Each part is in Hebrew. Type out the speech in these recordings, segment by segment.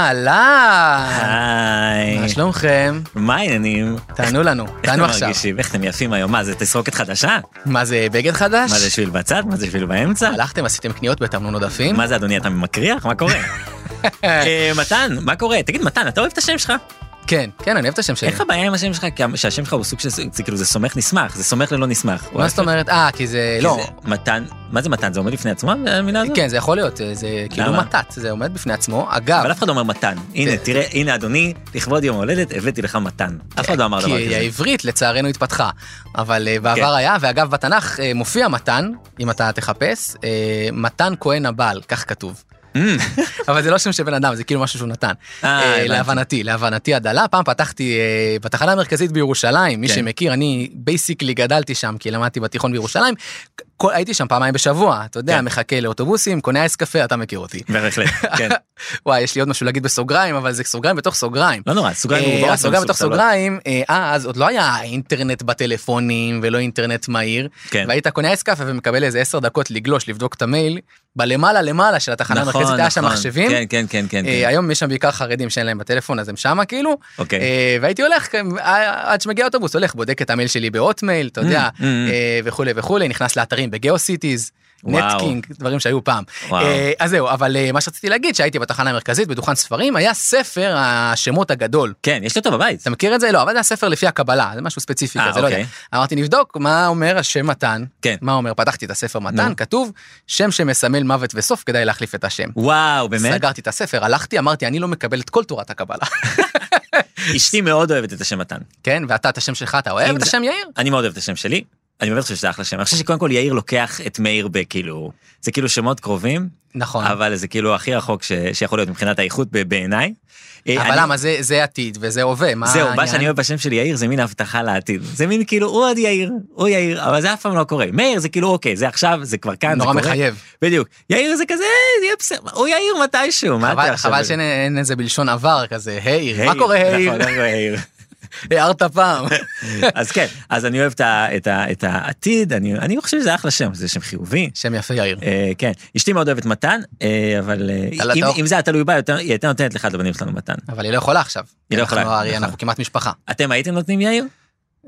אהלן, היי, מה שלומכם? מה העניינים? תענו לנו, איך תענו אתם עכשיו. מרגישים? איך אתם יפים היום? מה, זה תסרוקת חדשה? מה זה, בגד חדש? מה זה שביל בצד? מה זה שביל באמצע? הלכתם, עשיתם קניות בתמנון עודפים? מה זה, אדוני, אתה מקריח? מה קורה? אה, מתן, מה קורה? תגיד, מתן, אתה אוהב את השם שלך? כן, כן, אני אוהב את השם שלי. איך הבעיה עם השם שלך? כי שהשם שלך הוא סוג של... זה כאילו, זה סומך נסמך, זה סומך ללא נסמך. מה זאת אומרת? אה, כי זה... כי לא. זה מתן, מה זה מתן? זה עומד בפני עצמו, המילה הזאת? כן, זה יכול להיות, אה, זה כאילו למה? מתת, זה עומד בפני עצמו. אגב, אבל אף אחד לא אומר מתן. הנה, כן. תראה, הנה אדוני, לכבוד יום ההולדת הבאתי לך מתן. אף אחד לא אמר דבר כי כזה. כן. העברית לצערנו התפתחה, אבל אה, בעבר היה, ואגב בתנ"ך אה, מופיע מתן, אם אתה תחפש, אה, מתן כהן הבעל, כך כתוב. Mm. אבל זה לא שם של בן אדם, זה כאילו משהו שהוא נתן. אה, אה, הבנתי. להבנתי, להבנתי הדלה. פעם פתחתי אה, בתחנה המרכזית בירושלים, מי כן. שמכיר, אני בייסיקלי גדלתי שם, כי למדתי בתיכון בירושלים. כל- הייתי שם פעמיים בשבוע, אתה יודע, כן. מחכה לאוטובוסים, קונה אייס קפה, אתה מכיר אותי. בהחלט, כן. וואי, יש לי עוד משהו להגיד בסוגריים, אבל זה סוגריים בתוך סוגריים. לא נורא, סוגריים אה, מרובעות. אז סוגריים לא בתוך מסוגלות. סוגריים, אה, אז עוד לא היה אינטרנט בטלפונים ולא אינטרנט מהיר, כן. והיית קונה אס קפה ומקבל איזה 10 דקות לגלוש, לבדוק את המייל, בלמעלה למעלה של התחנה נכון, המרכזית היה שם נכון. מחשבים, כן, כן, כן, כן. אה, כן. היום יש שם בעיקר חרדים שאין להם בטלפון אז הם שמה כאילו, אוקיי. אה, והייתי הולך אה, עד שמגיע אוטובוס, הולך בודק את המייל שלי בהוטמייל, אתה יודע, Mm, mm, mm. אה, וכולי וכולי, נכנס לאתרים בגאו סיטיז. וואו. נטקינג, דברים שהיו פעם. וואו. אה, אז זהו, אבל אה, מה שרציתי להגיד, שהייתי בתחנה המרכזית, בדוכן ספרים, היה ספר השמות הגדול. כן, יש לי אותו בבית. אתה מכיר את זה? לא, אבל זה הספר לפי הקבלה, זה משהו ספציפי אה, כזה, לא יודע. אוקיי. אמרתי, נבדוק מה אומר השם מתן. כן. מה אומר? פתחתי את הספר מתן, נו. כתוב, שם שמסמל מוות וסוף, כדאי להחליף את השם. וואו, באמת? סגרתי את הספר, הלכתי, אמרתי, אני לא מקבל את כל תורת הקבלה. אשתי מאוד אוהבת את השם מתן. כן, ואתה, את השם שלך, אתה אוהב אם את זה- השם יאיר? אני מאוד אוהב את השם שלי. אני באמת חושב שזה אחלה שם. אני חושב שקודם כל יאיר לוקח את מאיר בכאילו, זה כאילו שמות קרובים, נכון. אבל זה כאילו הכי רחוק ש- שיכול להיות מבחינת האיכות ב- בעיניי. אה, אבל אני- למה, זה- זה עתיד וזה הווה, מה זהו, מה העניין? שאני אוהב בשם של יאיר זה מין הבטחה לעתיד. זה מין כאילו, הוא עוד יאיר, הוא יאיר, אבל זה אף פעם לא קורה. מאיר זה כאילו, אוקיי, זה עכשיו, זה כבר כאן, זה נורא קורה. מחייב. בדיוק. יאיר זה כזה, זה יהיה בסדר, הוא יאיר מתישהו, מה אתה חבל- עכשיו... חבל שאין אין איזה בלשון עבר כזה, הייר, מה היי, קורה נכון, הייר? מה קורה, יאיר? הערת פעם. אז כן, אז אני אוהב את ה- את ה- את העתיד, אני אני לא חושב שזה אחלה שם, זה שם חיובי. שם יפה יאיר. אה, כן, אשתי מאוד אוהבת מתן, אה, אבל אה, אתה לא- אם- אתה- אם זה היה תלוי בה, יותר- היא הייתה נותנת לאחד לבנים שלנו מתן. אבל היא לא יכולה עכשיו. היא לא יכולה, אנחנו הרי נכון. אנחנו כמעט משפחה. אתם הייתם נותנים יאיר?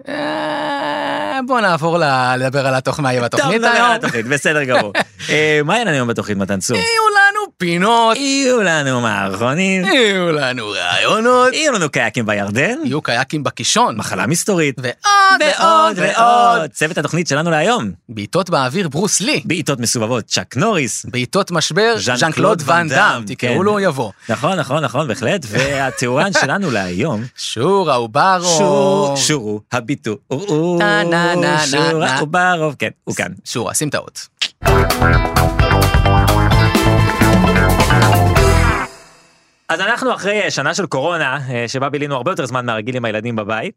אה, בוא נעבור ל- לדבר על התוכנה עם טוב, התוכנית נדבר על היום. התוכנית, בסדר גמור. אה, מה היה לנו היום בתוכנית מתן צור? יהיו לנו פינות, יהיו לנו מערכונים, יהיו לנו רעיונות, יהיו לנו קייקים בירדן, יהיו קייקים בקישון, מחלה מסתורית, ועוד ועוד ועוד. צוות התוכנית שלנו להיום, בעיטות באוויר ברוס לי. בעיטות מסובבות, צ'אק נוריס. בעיטות משבר, ז'אן ז'אן קלוד ואן דאם, תקראו כן. לו הוא יבוא. נכון, נכון, נכון, בהחלט. והתאורן שלנו להיום, שורה שור, וברו. שורו, הביטו, אורו, טה, נה, נה, נה, נה. שורה וברוב, כן, הוא כאן. שורה, שים את האות. אז אנחנו אחרי אה, שנה של קורונה, אה, שבה בילינו הרבה יותר זמן מהרגיל עם הילדים בבית,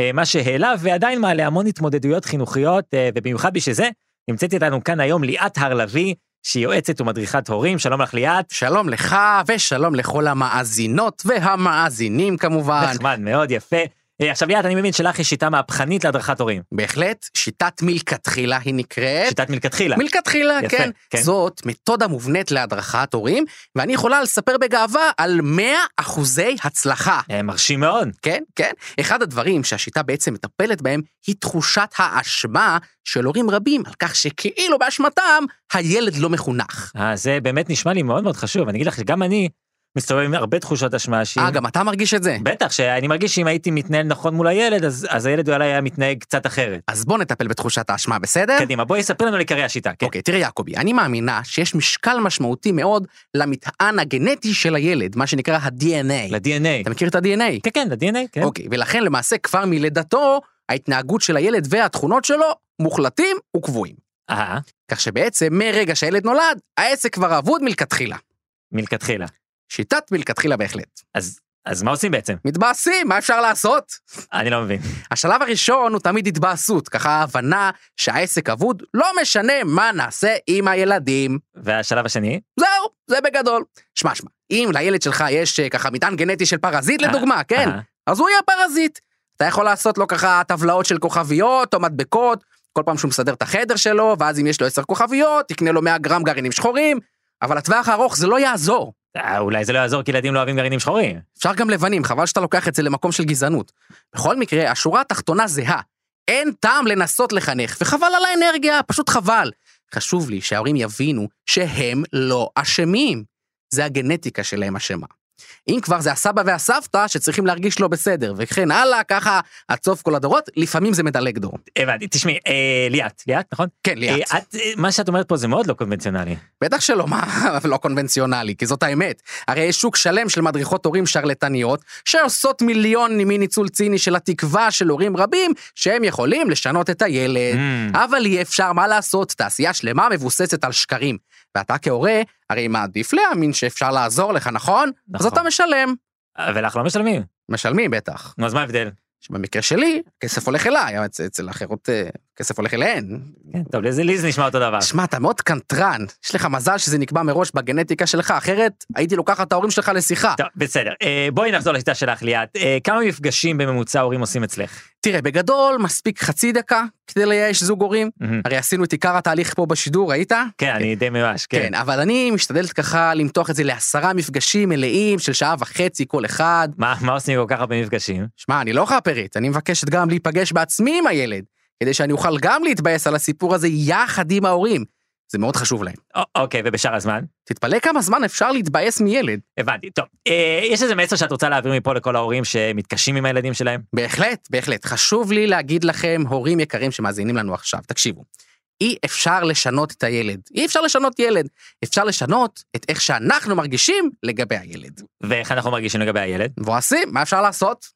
אה, מה שהעלה ועדיין מעלה המון התמודדויות חינוכיות, אה, ובמיוחד בשביל זה, נמצאת איתנו כאן היום ליאת הר-לביא, שהיא יועצת ומדריכת הורים, שלום לך ליאת. שלום לך, ושלום לכל המאזינות והמאזינים כמובן. נחמד מאוד, יפה. אה, עכשיו ליאת, אני מבין שלך יש שיטה מהפכנית להדרכת הורים. בהחלט, שיטת מלכתחילה היא נקראת. שיטת מלכתחילה. מלכתחילה, יפה, כן. כן. זאת מתודה מובנית להדרכת הורים, ואני יכולה לספר בגאווה על 100 אחוזי הצלחה. אה, מרשים מאוד. כן, כן. אחד הדברים שהשיטה בעצם מטפלת בהם, היא תחושת האשמה של הורים רבים על כך שכאילו באשמתם, הילד לא מחונך. אה, זה באמת נשמע לי מאוד מאוד חשוב. אני אגיד לך שגם אני מסתובב עם הרבה תחושות אשמה שהיא... אה, גם אתה מרגיש את זה? בטח, שאני מרגיש שאם הייתי מתנהל נכון מול הילד, אז, אז הילד אולי היה מתנהג קצת אחרת. אז בוא נטפל בתחושת האשמה, בסדר? קדימה, בואי ספר לנו על עיקרי השיטה, כן. כן. אוקיי, תראה יעקבי, אני מאמינה שיש משקל משמעותי מאוד למטען הגנטי של הילד, מה שנקרא ה-DNA. אתה ל-DNA. מכיר את ה-DNA? כן, כן, ל-DNA, כן. אוקיי, ולכן למעשה כבר מלידתו, ההתנהגות של הילד והתכונות שלו מוחלטים וקבועים. אה, כך שבעצם מרגע שהילד נולד, העסק כבר אבוד מלכתחילה. מלכתחילה. שיטת מלכתחילה בהחלט. אז אז מה עושים בעצם? מתבאסים, מה אפשר לעשות? אני לא מבין. השלב הראשון הוא תמיד התבאסות, ככה ההבנה שהעסק אבוד, לא משנה מה נעשה עם הילדים. והשלב השני? זהו, זה בגדול. שמע, שמע, אם לילד שלך יש אה, ככה מטען גנטי של פרזיט אה, לדוגמה, כן, אה, אז הוא יהיה פרזיט. אתה יכול לעשות לו ככה טבלאות של כוכביות או מדבקות, כל פעם שהוא מסדר את החדר שלו, ואז אם יש לו עשר כוכביות, תקנה לו 100 גרם גרעינים שחורים, אבל לטווח הארוך זה לא יעזור. אה, אולי זה לא יעזור כי ילדים לא אוהבים גרעינים שחורים. אפשר גם לבנים, חבל שאתה לוקח את זה למקום של גזענות. בכל מקרה, השורה התחתונה זהה. אין טעם לנסות לחנך, וחבל על האנרגיה, פשוט חבל. חשוב לי שההורים יבינו שהם לא אשמים. זה הגנטיקה שלהם אשמה. אם כבר זה הסבא והסבתא שצריכים להרגיש לא בסדר, וכן הלאה, ככה עד סוף כל הדורות, לפעמים זה מדלג דור. הבנתי, תשמעי, אה, ליאת, ליאת, נכון? כן, ליאת. אה, את, אה, מה שאת אומרת פה זה מאוד לא קונבנציונלי. בטח שלא, מה, לא קונבנציונלי, כי זאת האמת. הרי יש שוק שלם של מדריכות הורים שרלטניות, שעושות מיליונים מניצול ציני של התקווה של הורים רבים, שהם יכולים לשנות את הילד. Mm. אבל אי אפשר, מה לעשות, תעשייה שלמה מבוססת על שקרים. ואתה כהורה, הרי מעדיף להאמין שאפשר לעזור לך, נכון? אז נכון. אתה משלם. אה, ולך לא משלמים. משלמים בטח. נו, אז מה ההבדל? שבמקרה שלי, כסף הולך אליי, אבל אצל- אצל האחרות אה, כסף הולך אליהן, כן, טוב, לזה- לי זה נשמע אותו דבר. שמע, אתה מאוד קנטרן, יש לך מזל שזה נקבע מראש בגנטיקה שלך, אחרת הייתי לוקחת את ההורים שלך לשיחה. טוב, בסדר. אה, בואי נחזור לשיטה שלך, ליאת. אה, כמה מפגשים בממוצע הורים עושים אצלך? תראה, בגדול מספיק חצי דקה כדי לייאש זוג הורים. מהמם. הרי עשינו את עיקר התהליך פה בשידור, ראית? אה, כן, אני די מיואש, כן. כן, אבל אני משתדלת ככה למתוח את זה לעשרה מפגשים מלאים של שעה וחצי כל אחד. מה מה עושים עם כל כך הרבה מפגשים? שמע, אני לא חאפרית, אני מבקשת גם להיפגש בעצמי עם הילד, כדי שאני אוכל גם להתבאס על הסיפור הזה יחד עם ההורים. זה מאוד חשוב להם. א- אוקיי, ובשאר הזמן? תתפלא כמה זמן אפשר להתבאס מילד. הבנתי. טוב, אה, יש איזה מסר שאת רוצה להעביר מפה לכל ההורים שמתקשים עם הילדים שלהם? בהחלט, בהחלט. חשוב לי להגיד לכם, הורים יקרים שמאזינים לנו עכשיו, תקשיבו. אי אפשר לשנות את הילד. אי אפשר לשנות ילד. אפשר לשנות את איך שאנחנו מרגישים לגבי הילד. ואיך אנחנו מרגישים לגבי הילד? מבואסים, מה אפשר לעשות?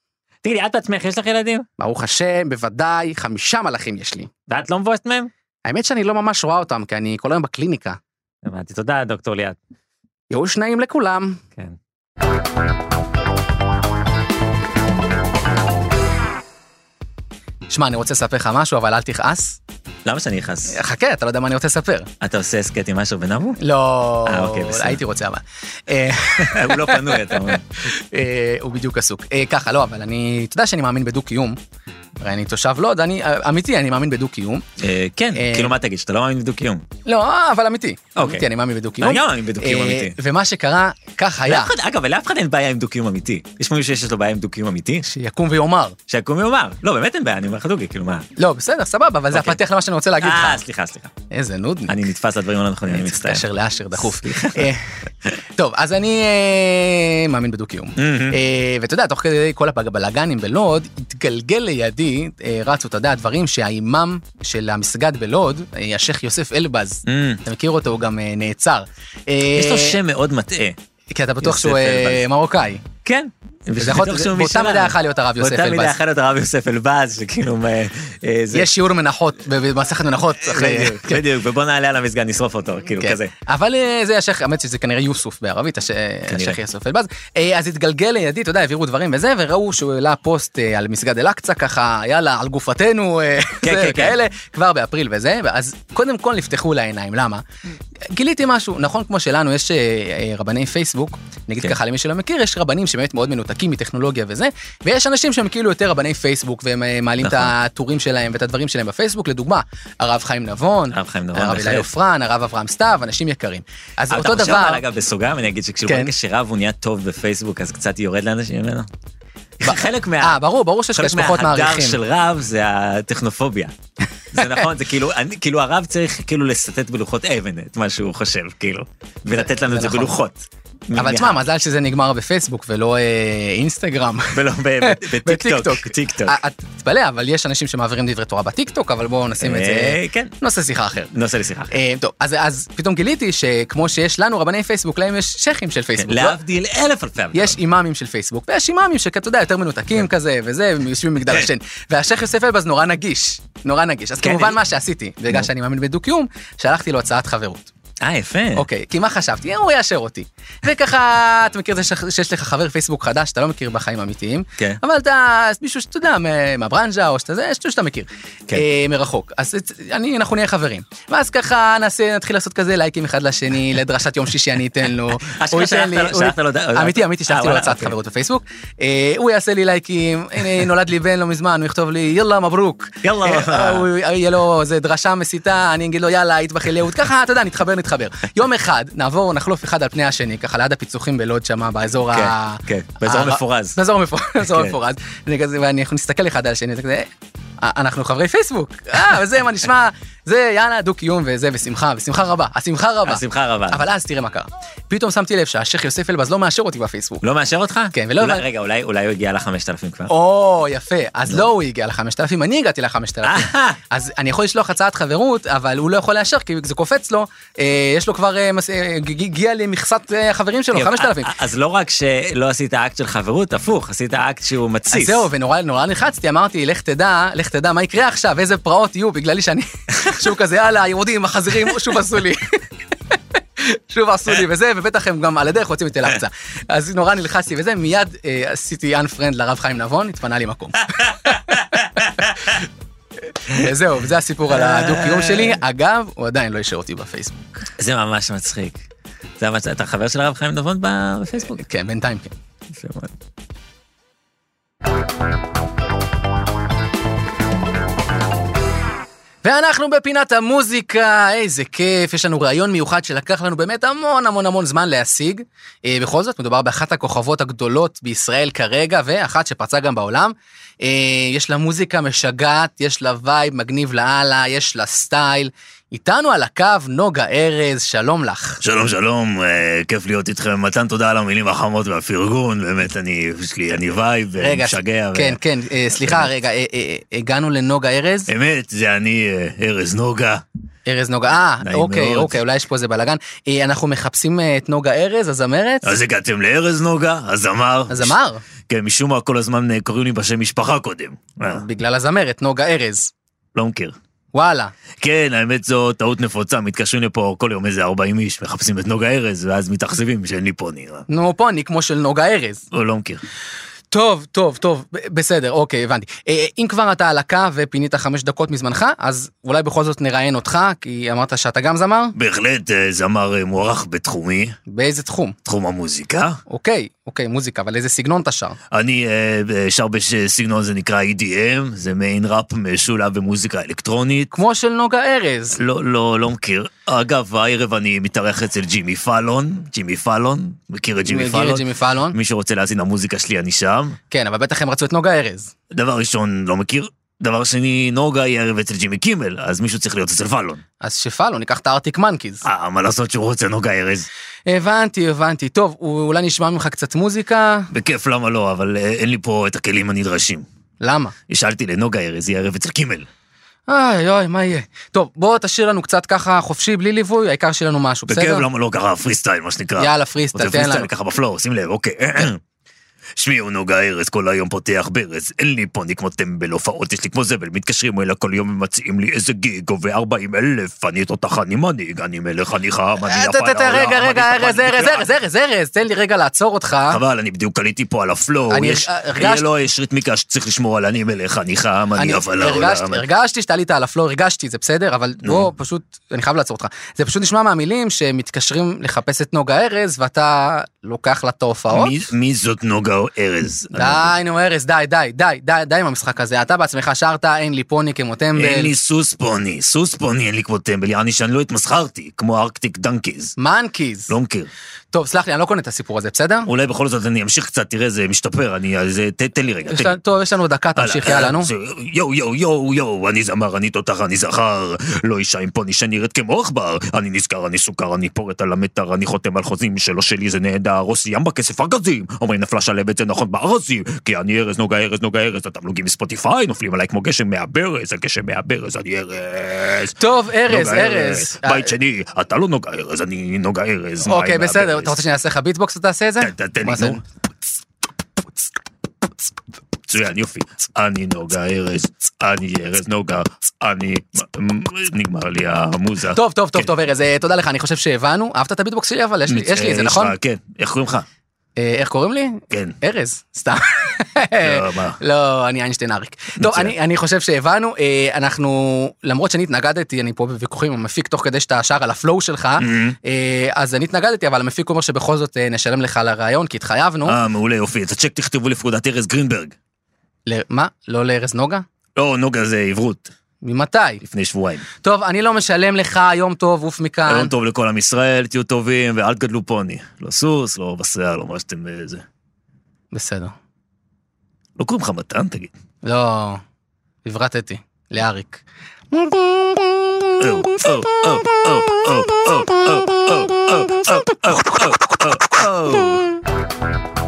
תגידי, את בעצמך יש לך ילדים? ברוך השם, בוודאי, חמישה מלאכים יש לי. ואת לא מבואסת מהם? האמת שאני לא ממש רואה אותם, כי אני כל היום בקליניקה. הבנתי, תודה, דוקטור ליאת. ייאוש נעים לכולם. כן. שמע, אני רוצה לספר לך משהו, אבל אל תכעס. למה שאני אכעס? חכה, אתה לא יודע מה אני רוצה לספר. אתה עושה הסכת עם אשר בן אמו? לא, אה, אוקיי, בסדר. הייתי רוצה אבל. אה, הוא לא פנוי, אתה אומר. אה, הוא בדיוק עסוק. אה, ככה, לא, אבל אני, אתה יודע שאני מאמין בדו-קיום. הרי אני תושב לוד, אני, אה, אמיתי, אני מאמין בדו-קיום. אה, כן, אה, כאילו מה תגיד, שאתה לא מאמין בדו-קיום. לא, אה, אבל אמיתי. אוקיי. אמיתי, אני מאמין בדו-קיום. אני גם מאמין בדו-קיום אה, אמיתי. לא ומה שקרה, כך היה, לאף אחד- אגב, לאף אחד אין בעיה עם דו-קיום אמיתי. יש מישהו שיש לו בעיה עם דו-קיום אמיתי? שיקום ויאמר. שיקום ויאמר. לא, באמת אין בעיה, אני אומר לך דוגי, כאילו מה? לא, בסדר, סבבה, אבל זה אוקיי. הפתח למה שאני רוצה להגיד אה, לך. סליחה, סליחה. איזה נודניק. אני נתפס לדברים הלא נכונים, אני אני צריך מצטער. להתקשר לאשר דחוף. אה, טוב, אז אני אה, מאמין בדו-קיום. מהמם. אה, ואתה יודע, תוך כדי כל הבלאגנים בלוד, התגלגל לידי, אה, רצו, אתה יודע, דברים שהאימאם של המסגד בלוד, אה, השייח' יוסף אלבז, מהמם. אתה מכיר אותו, הוא גם אה, נעצר. אה, Mm. יש לו שם מאוד מטעה. כי אתה בטוח יוסף שהוא אה, אלבז. מרוקאי. כן. וזה יכול- בטוח שהוא באותה משלנו. מידה יכול להיות הרב יוסף באותה מידה אלבז. יכול להיות הרב יוסף אלבז, שכאילו... אה, אה, זה- יש שיעור מנחות, במסכת מנחות. אחרי- בדיוק, כן. בדיוק, ובוא נעלה על המסגד, נשרוף אותו, כאילו כן. כזה. אבל אה, זה השייח, האמת שזה כנראה יוסוף בערבית, הש- השייח יוסוף אלבז. אה, אז התגלגל לידי, אתה יודע, העבירו דברים וזה, וראו שהוא העלה פוסט אה, על מסגד אל-אקצא, ככה, יאללה, על גופתנו, אה, כן, זה, כן, כן. כאלה, כבר באפריל וזה, אז קודם כל נפתחו לה עיניים, למה? גיליתי משהו, נכון, כמו שלנו יש אה, אה, רבני פייסבוק, נגיד כן. ככה למי שלא מכיר, יש רבנים שבאמת מאוד מנותקים מטכנולוגיה וזה, ויש אנשים שהם כאילו יותר רבני פייסבוק, והם אה, מעלים את נכון. הטורים שלהם ואת הדברים שלהם בפייסבוק, לדוגמה, הרב חיים נבון, הרב חיים נורא הרב בהחלט. אילי עופרן, הרב אברהם סתיו, אנשים יקרים. אז אבל אותו אתה חושב דבר, אבל אגב בסוגריים אני אגיד שכאילו כן. ברגע שרב הוא נהיה טוב בפייסבוק אז קצת יורד לאנשים ממנו. חלק מה... אה, ברור, ברור שיש חלק פחות מההדר מעריכים. של רב זה הטכנופוביה. זה נכון, זה כאילו, אני, כאילו הרב צריך כאילו לשרטט בלוחות אבן את מה שהוא חושב, כאילו, ולתת לנו זה את זה נכון. בלוחות. אבל מה- תשמע, מזל שזה נגמר בפייסבוק ולא אה, אינסטגרם. ולא ב- ב- בטיקטוק, בטיקטוק. טיקטוק. אה, את תתפלא, אבל יש אנשים שמעבירים דברי תורה בטיקטוק, אבל בואו נשים את זה. אה, כן, נושא שיחה אחר. נושא לשיחה. אחרת. אה, טוב, אז- אז פתאום גיליתי שכמו שיש לנו רבני פייסבוק, להם יש שייחים של כן, פייסבוק. לא? להבדיל אלף אלפי הבדלות. יש אימאמים של פייסבוק, ויש אימאמים שאתה יודע, יותר מנותקים כן. כזה, וזה, הם יושבים במגדל השן. והשייח יוסף אלבז נורא נגיש, נורא נגיש. אז כן, כמובן אני- מה שעשיתי, בגלל נו. שאני מאמין בדו-קיום, שלחתי לו הצעת חברות. אה, יפה. אוקיי, כי מה חשבתי? הוא יאשר אותי. וככה, אתה מכיר את זה ש- שיש לך חבר פייסבוק חדש, אתה לא מכיר בחיים אמיתיים, כן. אבל אתה מישהו שאתה יודע, מה- מהברנז'ה, או שאתה זה, יש מישהו שאתה מכיר, כן. אה, מרחוק. אז את- אני, אנחנו נהיה חברים. ואז ככה נעשה, נתחיל לעשות כזה לייקים אחד לשני, לדרשת יום שישי אני אתן לו. הוא אשכרה ייתן שלחת לי- לו- הוא- שלחת לו הודעה. אמיתי, אמיתי, אה, שלחתי לו כן. וואלה, הצעת אוקיי. חברות בפייסבוק. אה, הוא יעשה לי לייקים, הנה נולד לי בן לא מזמן, הוא יכתוב לי יאללה מברוק. יאללה. אה, הוא- יהיה לו איזה דרשה מסיתה, אני אגיד לו יאללה, התבחל יהוד, ככה, אתה יודע, נתחבר, נתחבר. יום אחד, נעבור, נחלוף אחד על פני השני, ככה ליד הפיצוחים בלוד שם, באזור כן, ה... כן, באזור ה- המפורז. באזור המפורז, באזור כן. המפורז. זה כזה, ואנחנו נסתכל אחד על השני, זה כזה, "אה, אנחנו חברי פייסבוק, אה, וזה, מה נשמע, זה, יאללה, דו-קיום וזה, ושמחה, ושמחה רבה, השמחה רבה. השמחה רבה. אבל אז תראה מה קרה. פתאום שמתי לב שהשייח יוסף אלבז לא מאשר אותי בפייסבוק. לא מאשר אותך? כן, ולא אולי- הבנ- רגע, אולי אולי הוא הגיע ל-5,000 כבר. או, יפה. אז לא הוא הגיע ל-5,000, אני הגעתי ל-5,000. אהה. אז אני יכול לשלוח הצעת חברות, אבל הוא לא יכול לאשר, כי זה קופץ לו. אה, יש לו כבר, אה, מס- אה, ג- הגיע למכסת אה, החברים שלו, כאילו, 5,000. אה, אז לא רק שלא עשית אקט של חברות, הפוך, עשית אקט שהוא אז מתסיס. זהו, ונורא נורא נלחצתי, אמרתי, לך תדע, לך תדע מה יקרה עכשיו, איזה פרעות יהיו, בגללי שאני... שוב כזה, יאללה, היהודים, החזירים, שוב עשו לי. שוב עשו לי וזה, ובטח הם גם על הדרך רוצים את אל-אקצא. אז נורא נלחצתי וזה, מיד אה, עשיתי unfriend לרב חיים נבון, התפנה לי מקום. אה, זהו, זה הסיפור על הדו-קיום שלי. אגב, הוא עדיין לא השאיר אותי בפייסבוק. זה ממש מצחיק. זה ממש, אתה חבר של הרב חיים נבון ב- בפייסבוק? כן, בינתיים כן. יפה מאוד. ואנחנו בפינת המוזיקה, איזה כיף, יש לנו ראיון מיוחד שלקח לנו באמת המון המון המון זמן להשיג. אה, בכל זאת, מדובר באחת הכוכבות הגדולות בישראל כרגע, ואחת שפרצה גם בעולם. אה, יש לה מוזיקה משגעת, יש לה וייב מגניב לאללה, יש לה סטייל. איתנו על הקו נוגה ארז, שלום לך. שלום שלום, אה, כיף להיות איתכם. מתן תודה על המילים החמות והפרגון, באמת, אני, יש לי, אני וייב, אה, רגע, משגע. ו- כן, כן, אה, סליחה, רגע, אה, אה, אה, הגענו לנוגה ארז? אמת, זה אני, אה, ארז נוגה. ארז נוגה, אה, נעים אוקיי, מאוד. אוקיי, אולי יש פה איזה בלאגן. אה, אנחנו מחפשים אה, את נוגה ארז, הזמרת? אז הגעתם לארז נוגה, הזמר. הזמר? כן, משום מה כל הזמן אה, קוראים לי בשם משפחה קודם. אה, בגלל הזמרת, נוגה ארז. לא מכיר. וואלה. כן, האמת זו טעות נפוצה, מתקשרים לפה כל יום איזה 40 איש, מחפשים את נוגה ארז, ואז מתאכזבים שאין לי פה נראה. נו, פה אני כמו של נוגה ארז. לא מכיר. טוב, טוב, טוב, ב- בסדר, אוקיי, הבנתי. אה, אם כבר אתה על הקו ופינית חמש דקות מזמנך, אז אולי בכל זאת נראיין אותך, כי אמרת שאתה גם זמר? בהחלט אה, זמר אה, מוערך בתחומי, באיזה תחום? תחום המוזיקה. אוקיי, אוקיי, מוזיקה, אבל איזה סגנון אתה שר? אני אה, אה, שר בסגנון זה נקרא EDM, זה מעין ראפ משולב במוזיקה אלקטרונית. כמו של נוגה ארז. לא, לא, לא מכיר. אגב, הערב אני מתארח אצל ג'ימי פאלון. ג'ימי פאלון? מכיר את ג'ימי מכיר את פאלון? ג'ימי פאלון? מי שרוצה להאזין למוזיקה שלי, אני שם. כן, אבל בטח הם רצו את נוגה ארז. דבר ראשון, לא מכיר. דבר שני, נוגה היא הערב אצל ג'ימי קימל, אז מישהו צריך להיות אצל פאלון. אז שפאלון, ניקח את הארטיק מנקיז. אה, מה לעשות שהוא רוצה נוגה ארז? הבנתי, הבנתי. טוב, אולי נשמע ממך קצת מוזיקה? בכיף, למה לא, אבל אה, אין לי פה את הכלים הנדרשים. למה? השאלתי לנוגה ארז, היא הערב אצל קימל. איי, אוי, מה יהיה? טוב, בוא תשאיר לנו קצת ככה חופשי, בלי ליווי, העיקר שיהיה לנו משהו, בכיף, בסדר? למה לא ככה פרי סטייל, מה שנקרא. יאללה, פריסטייל, רוצה תן לנו. פריסטייל ככה בפלואו, שים לב, אוקיי. שמי הוא נוגה ארז, כל היום פותח ברז, אין לי פה, אני כמו טמבל, הופעות יש לי כמו זבל, מתקשרים אליי כל יום ומציעים לי איזה גיג, ו-40 אלף, אני תותח, אני מנהיג, אני מלך, אני חם, אני אה, הפעל ת- ת- העולם, רגע, אני רגע, תותח, ארז, אני ארז, נקרא. ארז, ארז, ארז, תן לי רגע לעצור אותך. חבל, אני בדיוק עליתי פה על הפלואו, אני יש- הר- הרגשתי- יהיה לו יש ריתמיקה שצריך לשמור על אני מלך, אני חם, אני הפעל הרגשתי- העולם. הרגשתי שאתה עלית על הפלואו, הרגשתי, זה בסדר, אבל Mm. בוא, פשוט, אני חייב לעצור אותך. זה פשוט נשמע מהמילים שמתקשרים לחפש את נוגה ארז, ואתה לוקח לה את ההופעות. מי- מי זאת נוגה ארז? די, נו, ארז, די, די, די, די, די עם המשחק הזה. אתה בעצמך שרת, אין לי פוני כמו אין טמבל. לי סוס פוני, סוס פוני אין לי כמו טמבל, יעני שאני לא התמסחרתי, כמו ארקטיק דנקיז. מנקיז. לא מכיר. טוב, סלח לי, אני לא קונה את הסיפור הזה, בסדר? אולי בכל זאת אני אמשיך קצת, תראה, זה משתפר, אני... אז אה, ת- תן לי רגע. יש תן לי. לנו- טוב, יש לנו דקה, תמשיך, הלאה, אה, יאללה, נו. זה- יואו, יואו, יואו, יואו, אני זמר, אני תותח, אני זכר. לא אישה עם פוני שנראית כמו עכבר. אני נזכר, אני סוכר, אני פורט על המטר, אני חותם על חוזים שלא שלי, זה נהדר. עושה ים בכסף ארגזים. אומרים נפלה שלבת, זה נכון בארזים. כי אני ארז, נוגה ארז, נוגה ארז, התמלוגים מספוטיפיי, נופלים עליי כמו גשם מהברז, הגשם מהברז, אני ארז. טוב, לא, ארז, אה, נוגה ארז. בית שני, אתה לא נוגה ארז, אני נוגה ארז. אוקיי, מים בסדר, מהברז. אתה רוצה שאני אעשה לך ביטבוקס ותעשה את זה? תן- תן- תן לי, מה זה? נו. מצוין, יופי. אני נוגה ארז, אני ארז נוגה, אני... נגמר לי המוזה. טוב, טוב, טוב, כן. טוב, ארז, אה, תודה לך, אני חושב שהבנו. אהבת את הביטבוקס שלי, אבל יש לי- יש לי את זה, אה, נכון? לך, כן, איך קוראים לך? אה, איך קוראים לי? כן. ארז, סתם. לא, מה? לא, אני איינשטיין אריק. טוב, מצוין. אני, אני חושב שהבנו, אה, אנחנו, למרות שאני התנגדתי, אני פה בוויכוחים עם המפיק תוך כדי שאתה שר על הפלואו שלך, אמ, אה, אז אני התנגדתי, אבל המפיק אומר שבכל זאת אה, נשלם לך על הרעיון, כי התחייבנו. אה, מעולה, יופי. את הצ'ק תכתבו לפקודת ארז גרינברג. ל- מה? לא לארז נוגה? לא, נוגה זה עברות, ממתי? לפני שבועיים. טוב, אני לא משלם לך, יום טוב, עוף מכאן. יום טוב לכל עם ישראל, תהיו טובים, ואל תגדלו פוני. לא סוס, לא בשיער, לא מה שאתם... אה, זה. בסדר. לא קוראים לך מתן, תגיד. לא, הברטתי, לאריק. או, או, או, או, או, או, או, או, או, או, או, או, או.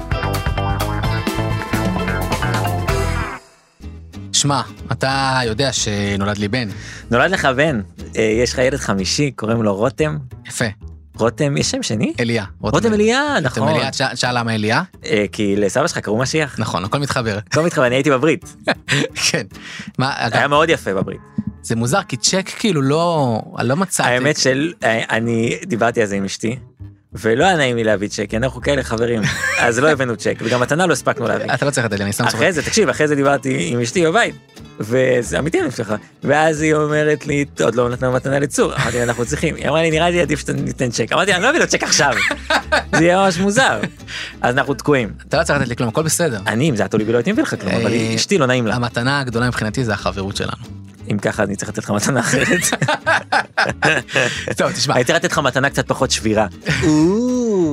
שמע, אתה יודע שנולד לי בן. נולד לך בן, אה, יש לך ילד חמישי, קוראים לו רותם. יפה, רותם, יש שם שני? אליה. רותם אליה, רותם נכון. אליה, את שאל- שאלה מה אליה? אה, כי לסבא שלך קראו משיח. נכון, הכל מתחבר. לא מתחבר, אני הייתי בברית. כן. מה, אגב, היה מאוד יפה בברית. זה מוזר, כי צ'ק כאילו לא, אני לא מצאתי. האמת שאני דיברתי על זה עם אשתי, ולא היה נעים לי להביא צ'ק, כי אנחנו כאלה חברים, אז לא הבאנו צ'ק, וגם מתנה לא הספקנו להביא. אתה לא צריך לתת לי, אני סתם צוחק. אחרי זה, תקשיב, אחרי זה דיברתי עם אשתי בבית, וזה אמיתי אני מבטיחה, ואז היא אומרת לי, עוד לא נתנו מתנה לצור, אמרתי לה, אנחנו צריכים, היא אמרה לי, נראה לי עדיף שניתן צ'ק, אמרתי לה, אני לא אביא לו צ'ק עכשיו, זה יהיה ממש מוזר, אז אנחנו תקועים. אתה לא צריך לתת לי כלום, הכל בסדר. אני, אם זה היה תולי בי לא הייתי מביא לך כלום, אבל אה, אשתי לא נעים לה, המתנה הגדולה מבחינתי זה החברות שלנו. אם ככה אני צריך לתת לך מתנה אחרת, טוב, תשמע, הייתי צריך לתת לך מתנה קצת פחות שבירה.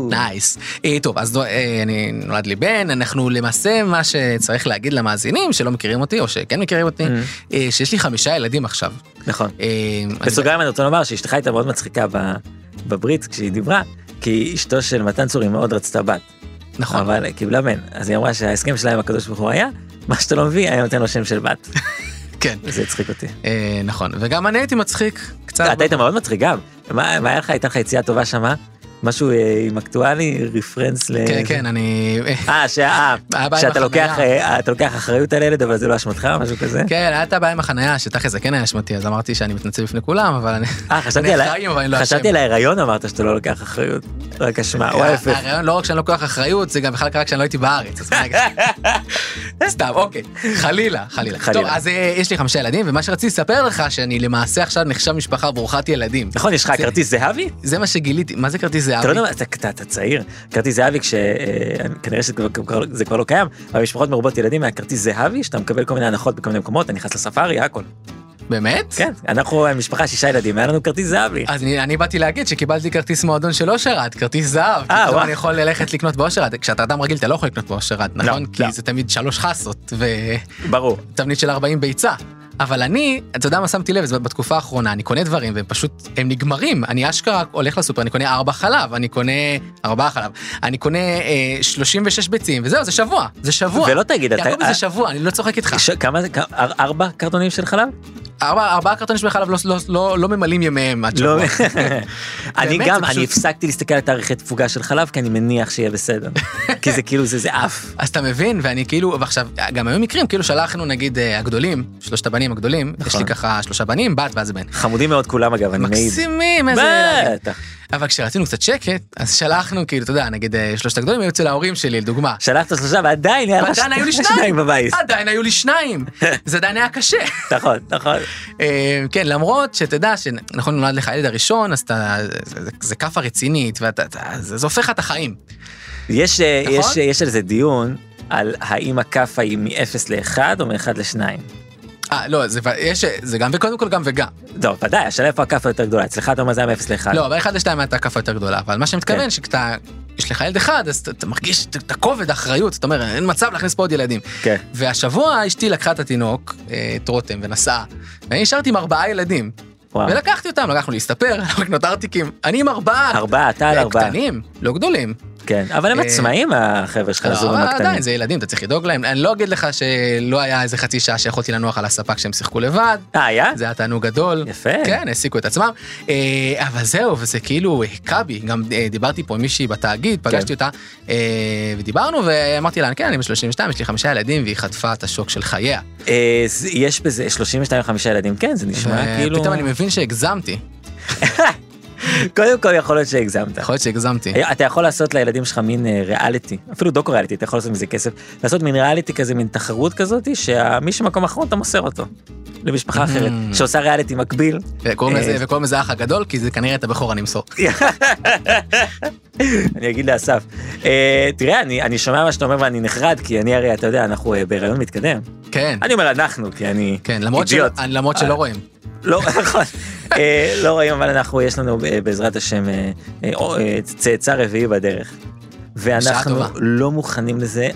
נייס. אה, טוב, אז נו- אה, אני נולד לי בן, אנחנו למעשה, מה שצריך להגיד למאזינים שלא מכירים אותי, או שכן מכירים אותי, Mm. אה, שיש לי חמישה ילדים עכשיו. נכון. אה, בסוגריים אני רוצה לומר שאשתך הייתה מאוד מצחיקה ב- בברית כשהיא דיברה, כי אשתו של מתן צורי מאוד רצתה בת, אני- נכון. אבל היא קיבלה בן, אז היא אמרה שההסכם שלה עם הקדוש ברוך הוא היה, מה שאתה לא מביא היה נותן לו שם של בת, כן, זה הצחיק אותי. אה, נכון. וגם אני הייתי מצחיק קצת. אתה היית מאוד מצחיק גם, מה מה היה לך, הייתה לך יציאה טובה שמה? משהו אה, עם אקטואלי, רפרנס ל... כן, כן, אני... אה, שה- היה אה, בעיה שאתה עם לוקח, החנייה. אה, אתה לוקח אחריות על ילד, אבל זה לא אשמתך, משהו כזה? כן, הייתה בעיה עם החנייה, שתכל'ס זה כן היה אשמתי, אז אמרתי שאני מתנצל בפני כולם, אבל אני... אה, חשבתי אני על ה- אחראי, אבל אני לא אשם. חשבתי על ההיריון אמרת שאתה לא לוקח אחריות, רק אשמה, או ההפך. הרעיון לא רק שאני לא כל כך אחריות, זה גם בכלל קרה כשאני לא הייתי בארץ, אז מה נגיד? סתם, אוקיי. חלילה, חלילה. חלילה. טוב, אז אה, יש לי חמישה ילדים, ומה שרציתי לספר לך, שאני למעשה עכשיו נחשב משפחה ברוכת ילדים. נכון, יש לך זה- כרטיס זהבי? זה מה שגיליתי, מה זה כרטיס אתה לא זהבי? יודע מה, אתה- אתה אתה צעיר. כרטיס זהבי, כשכנראה שזה כבר לא קיים, אבל משפחות מרובות ילדים היה כרטיס זהבי, שאתה מקבל כל מיני הנחות בכל מיני מקומות, אתה נכנס לספארי, הכל. באמת? כן, אנחנו משפחה שישה ילדים, היה לנו כרטיס זהבי. אז אני, אני באתי להגיד שקיבלתי כרטיס מועדון של אושר עד, כרטיס זהב, כי פתאום וואו. אני יכול ללכת לקנות באושר עד, כשאתה אדם רגיל אתה לא יכול לקנות באושר עד, נכון? כי לא. זה תמיד שלוש חסות ברור. ותבנית של 40 ביצה. אבל אני, אתה יודע מה שמתי לב, זה בתקופה האחרונה, אני קונה דברים והם פשוט, הם נגמרים. אני אשכרה הולך לסופר, אני קונה ארבע חלב, אני קונה ארבעה חלב, אני קונה אה, 36 ביצים, וזהו, זה שבוע, זה שבוע. ולא תגיד, אתה... אה, יעקב, זה שבוע, אני לא צוחק איתך. ש- כמה זה? כ- אר- ארבע קרטונים של חלב? ארבע- ארבעה קרטונים של חלב לא- לא- לא- לא ממלאים ימיהם עד לא. שבוע. אני באמת, גם, זה אני פשוט- הפסקתי להסתכל על תאריכי תפוגה של חלב, כי אני מניח שיהיה בסדר. כי זה כאילו, זה זה עף. אז אתה מבין, ואני כאילו, ועכשיו, גם היו מקרים, כאילו שלחנו נגיד אה, הגדולים, שלושת הבנים הגדולים, יש לי ככה שלושה בנים, בת ואז בן. חמודים מאוד כולם אגב, אני נכון. מעיד. מקסימים, איזה ילדים. בטח. אבל כשרצינו קצת שקט, אז שלחנו, כאילו, אתה יודע, נגיד אה, שלושת הגדולים היו אצל ההורים שלי, לדוגמה. שלחת שלושה ועדיין היה לך ועדיין היו לי שניים. בבית. עדיין היו לי שניים, זה עדיין היה קשה. נכון, נכון. אה, כן, למרות שתדע שנכון, נכון, נולד לך הילד הראשון, אז אתה, זה- זה- זה כאפה רצינית, ואתה, אתה- זה זה הופך לך את החיים. יש, אה, נכון? יש, אה, יש על זה דיון על האם הכאפה היא מ-0 ל-1 או מ-1 ל-2. אה, לא, זה, יש, זה גם, וקודם כל גם וגם. לא, ודאי, השאלה איפה הכאפה יותר גדולה. אצלך אתה אומר זה היה מ-0 ל-1. לא, אבל אחד לשתיים הייתה כאפה יותר גדולה, אבל מה שאני מתכוון, אה. כן. שכשאתה, יש לך ילד אחד, אז אתה- אתה מרגיש את את הכובד, האחריות, אתה אומר, אין מצב להכניס פה עוד ילדים. כן. והשבוע אשתי לקחה את התינוק, אה, את רותם, ונסעה, ואני נשארתי עם ארבעה ילדים, וואו. ולקחתי אותם, לקחנו להסתפר, לקנות ארטיקים, אני עם ארבעה. ארבעה, אתה על ארבעה. קטנים, לא גדולים. כן, אבל הם אה, עצמאים, החבר'ה שלך, לא, הזורים אבל הקטנים. עדיין, זה ילדים, אתה צריך לדאוג להם. אני לא אגיד לך שלא היה איזה חצי שעה שיכולתי לנוח על הספה כשהם שיחקו לבד, אה, היה? זה היה תענוג גדול. יפה. כן, העסיקו את עצמם. אה, אבל זהו, וזה כאילו היכה בי. גם אה, דיברתי פה עם מישהי בתאגיד, כן. פגשתי אותה, אה, ודיברנו, ואמרתי לה, כן, אני ב-32, יש לי חמישה ילדים, והיא חטפה את השוק של חייה. אה, ז- יש בזה 32 5 ילדים, כן, זה נשמע כאילו... ופתאום אה, אני מבין שהגזמתי. קודם כל יכול להיות שהגזמת. יכול להיות שהגזמתי. אה, אתה יכול לעשות לילדים שלך מין אה, ריאליטי, אפילו דוקו ריאליטי, אתה יכול לעשות מזה כסף, לעשות מין ריאליטי כזה, מין תחרות כזאת, שמי שמקום אחרון אתה מוסר אותו, למשפחה אחרת, Mm. שעושה ריאליטי מקביל. וקוראים אה. לזה- וקוראים לזה האח הגדול, כי זה כנראה את הבכור הנמסור. אני אגיד לאסף, אה, תראה, אני אני שומע מה שאתה אומר ואני נחרד, כי אני הרי, אתה יודע, אנחנו אה, בהיריון מתקדם. כן, אני אומר אנחנו, כי אני כן, למרות ש- אידיוט. למרות שלא רואים. לא, נכון. אה, לא רואים, אבל אנחנו, יש לנו אה, בעזרת השם אה, אה, או, אה, צאצא רביעי בדרך. ואנחנו טובה. לא מוכנים לזה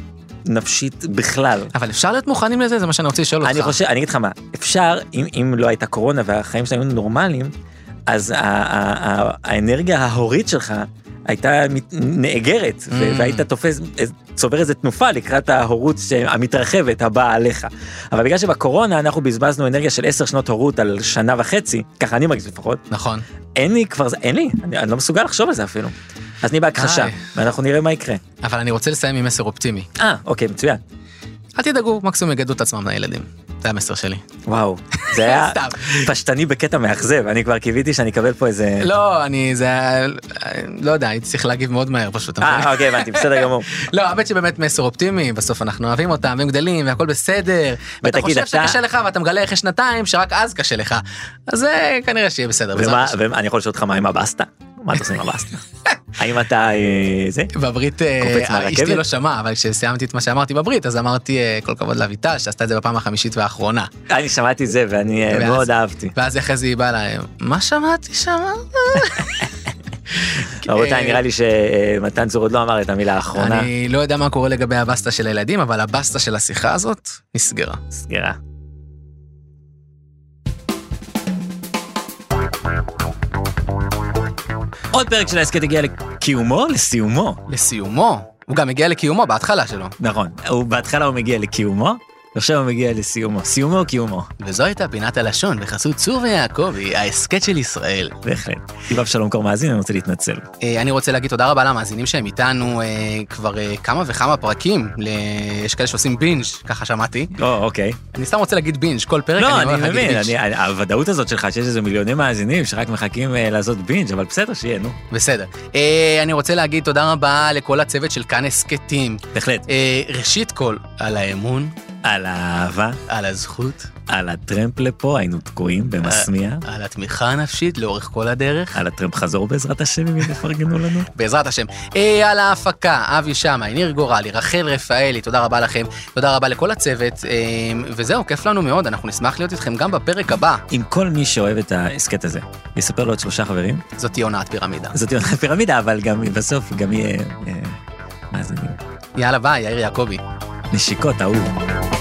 נפשית בכלל. אבל אפשר להיות מוכנים לזה? זה מה שאני רוצה לשאול אני אותך. חושב, אני אגיד לך מה, אפשר, אם, אם לא הייתה קורונה והחיים שלנו היו נורמליים, אז ה- ה- ה- האנרגיה ההורית שלך הייתה מת- נאגרת, ו- Mm. והיית תופס, צובר איזה תנופה לקראת ההורות ש- המתרחבת הבאה עליך. אבל בגלל שבקורונה אנחנו בזבזנו אנרגיה של עשר שנות הורות על שנה וחצי, ככה אני מרגיש לפחות, נכון. אין לי כבר, זה- אין לי, אני, אני לא מסוגל לחשוב על זה אפילו. אז אני בהכחשה, איי. ואנחנו נראה מה יקרה. אבל אני רוצה לסיים עם מסר אופטימי. אה, אוקיי, מצוין. אל תדאגו, מקסימום יגדו את עצמם לילדים. זה המסר שלי. וואו, זה היה סתם. פשטני בקטע מאכזב, אני כבר קיוויתי שאני אקבל פה איזה... לא, אני, זה היה, לא יודע, הייתי צריך להגיב מאוד מהר פשוט. אתה מבין? אה, אוקיי, הבנתי, בסדר גמור. לא, האמת שבאמת מסר אופטימי, בסוף אנחנו אוהבים אותם, והם גדלים, והכל בסדר. ואתה ותגיד, חושב אתה- שקשה לך, ואתה מגלה אחרי שנתיים שרק אז קשה לך. אז זה כנראה שיהיה בסדר. בעזרת ומה, השם. ואני יכול לשאול אותך מה עם הבסטה? מה אתה עושה עם הבסטה? האם אתה אה, זה? בברית אה, קופץ מהרכבת? אשתי לא שמעה, אבל כשסיימתי את מה שאמרתי בברית, אז אמרתי אה, כל כבוד לאביטל, שעשתה את זה בפעם החמישית והאחרונה. אני שמעתי זה ואני אה, ואז- מאוד אהבתי. ואז אחרי זה היא באה לה, מה שמעתי שם? רבותיי, נראה לי שמתן צור עוד לא אמר את המילה האחרונה. אה, אני לא יודע מה קורה לגבי הבסטה של הילדים, אבל הבסטה של השיחה הזאת נסגרה. סגירה. עוד פרק של ההסכת הגיע לקיומו, לסיומו. לסיומו, הוא גם הגיע לקיומו בהתחלה שלו. נכון, הוא- בהתחלה הוא מגיע לקיומו, ועכשיו הוא מגיע לסיומו. סיומו או קיומו, וזו הייתה פינת הלשון בחסות צור ויעקבי, ההסכת של ישראל. בהחלט. אם אבשלום קור מאזין, אני רוצה להתנצל. אה, אני רוצה להגיד תודה רבה למאזינים שהם איתנו אה, כבר אה, כמה וכמה פרקים, ל- יש כאלה שעושים בינג', ככה שמעתי. או, אוקיי. אני סתם רוצה להגיד בינג', כל פרק לא, אני אומר אני להגיד מבין, בינג'. אני- אני- הוודאות הזאת שלך שיש איזה מיליוני מאזינים שרק מחכים אה, לעשות בינג', אבל בסדר, שיהיה, נו, בסדר. אה, אני רוצה להגיד תודה רבה לכל הצוות של כאן הסכתים. בהחלט. אה, ראשית כל, על האמון, על האהבה, על הזכות, על הטרמפ לפה, היינו תקועים במסמיע, על התמיכה הנפשית לאורך כל הדרך. על הטרמפ חזור בעזרת השם, אם יפרגנו לנו. בעזרת השם. אה, על ההפקה, אבי שמאי, ניר גורלי, רחל רפאלי, תודה רבה לכם. תודה רבה לכל הצוות, אה, וזהו, כיף לנו מאוד, אנחנו נשמח להיות איתכם גם בפרק הבא. אם כל מי שאוהב את ההסכת הזה, יספר לו עוד שלושה חברים, זאת תהיה הונאת פירמידה. זאת תהיה אותה פירמידה, אבל גם בסוף גם יהיה אה, מאזינים. יאללה, ביי, יאיר יעקבי. נשיקות, אהוב.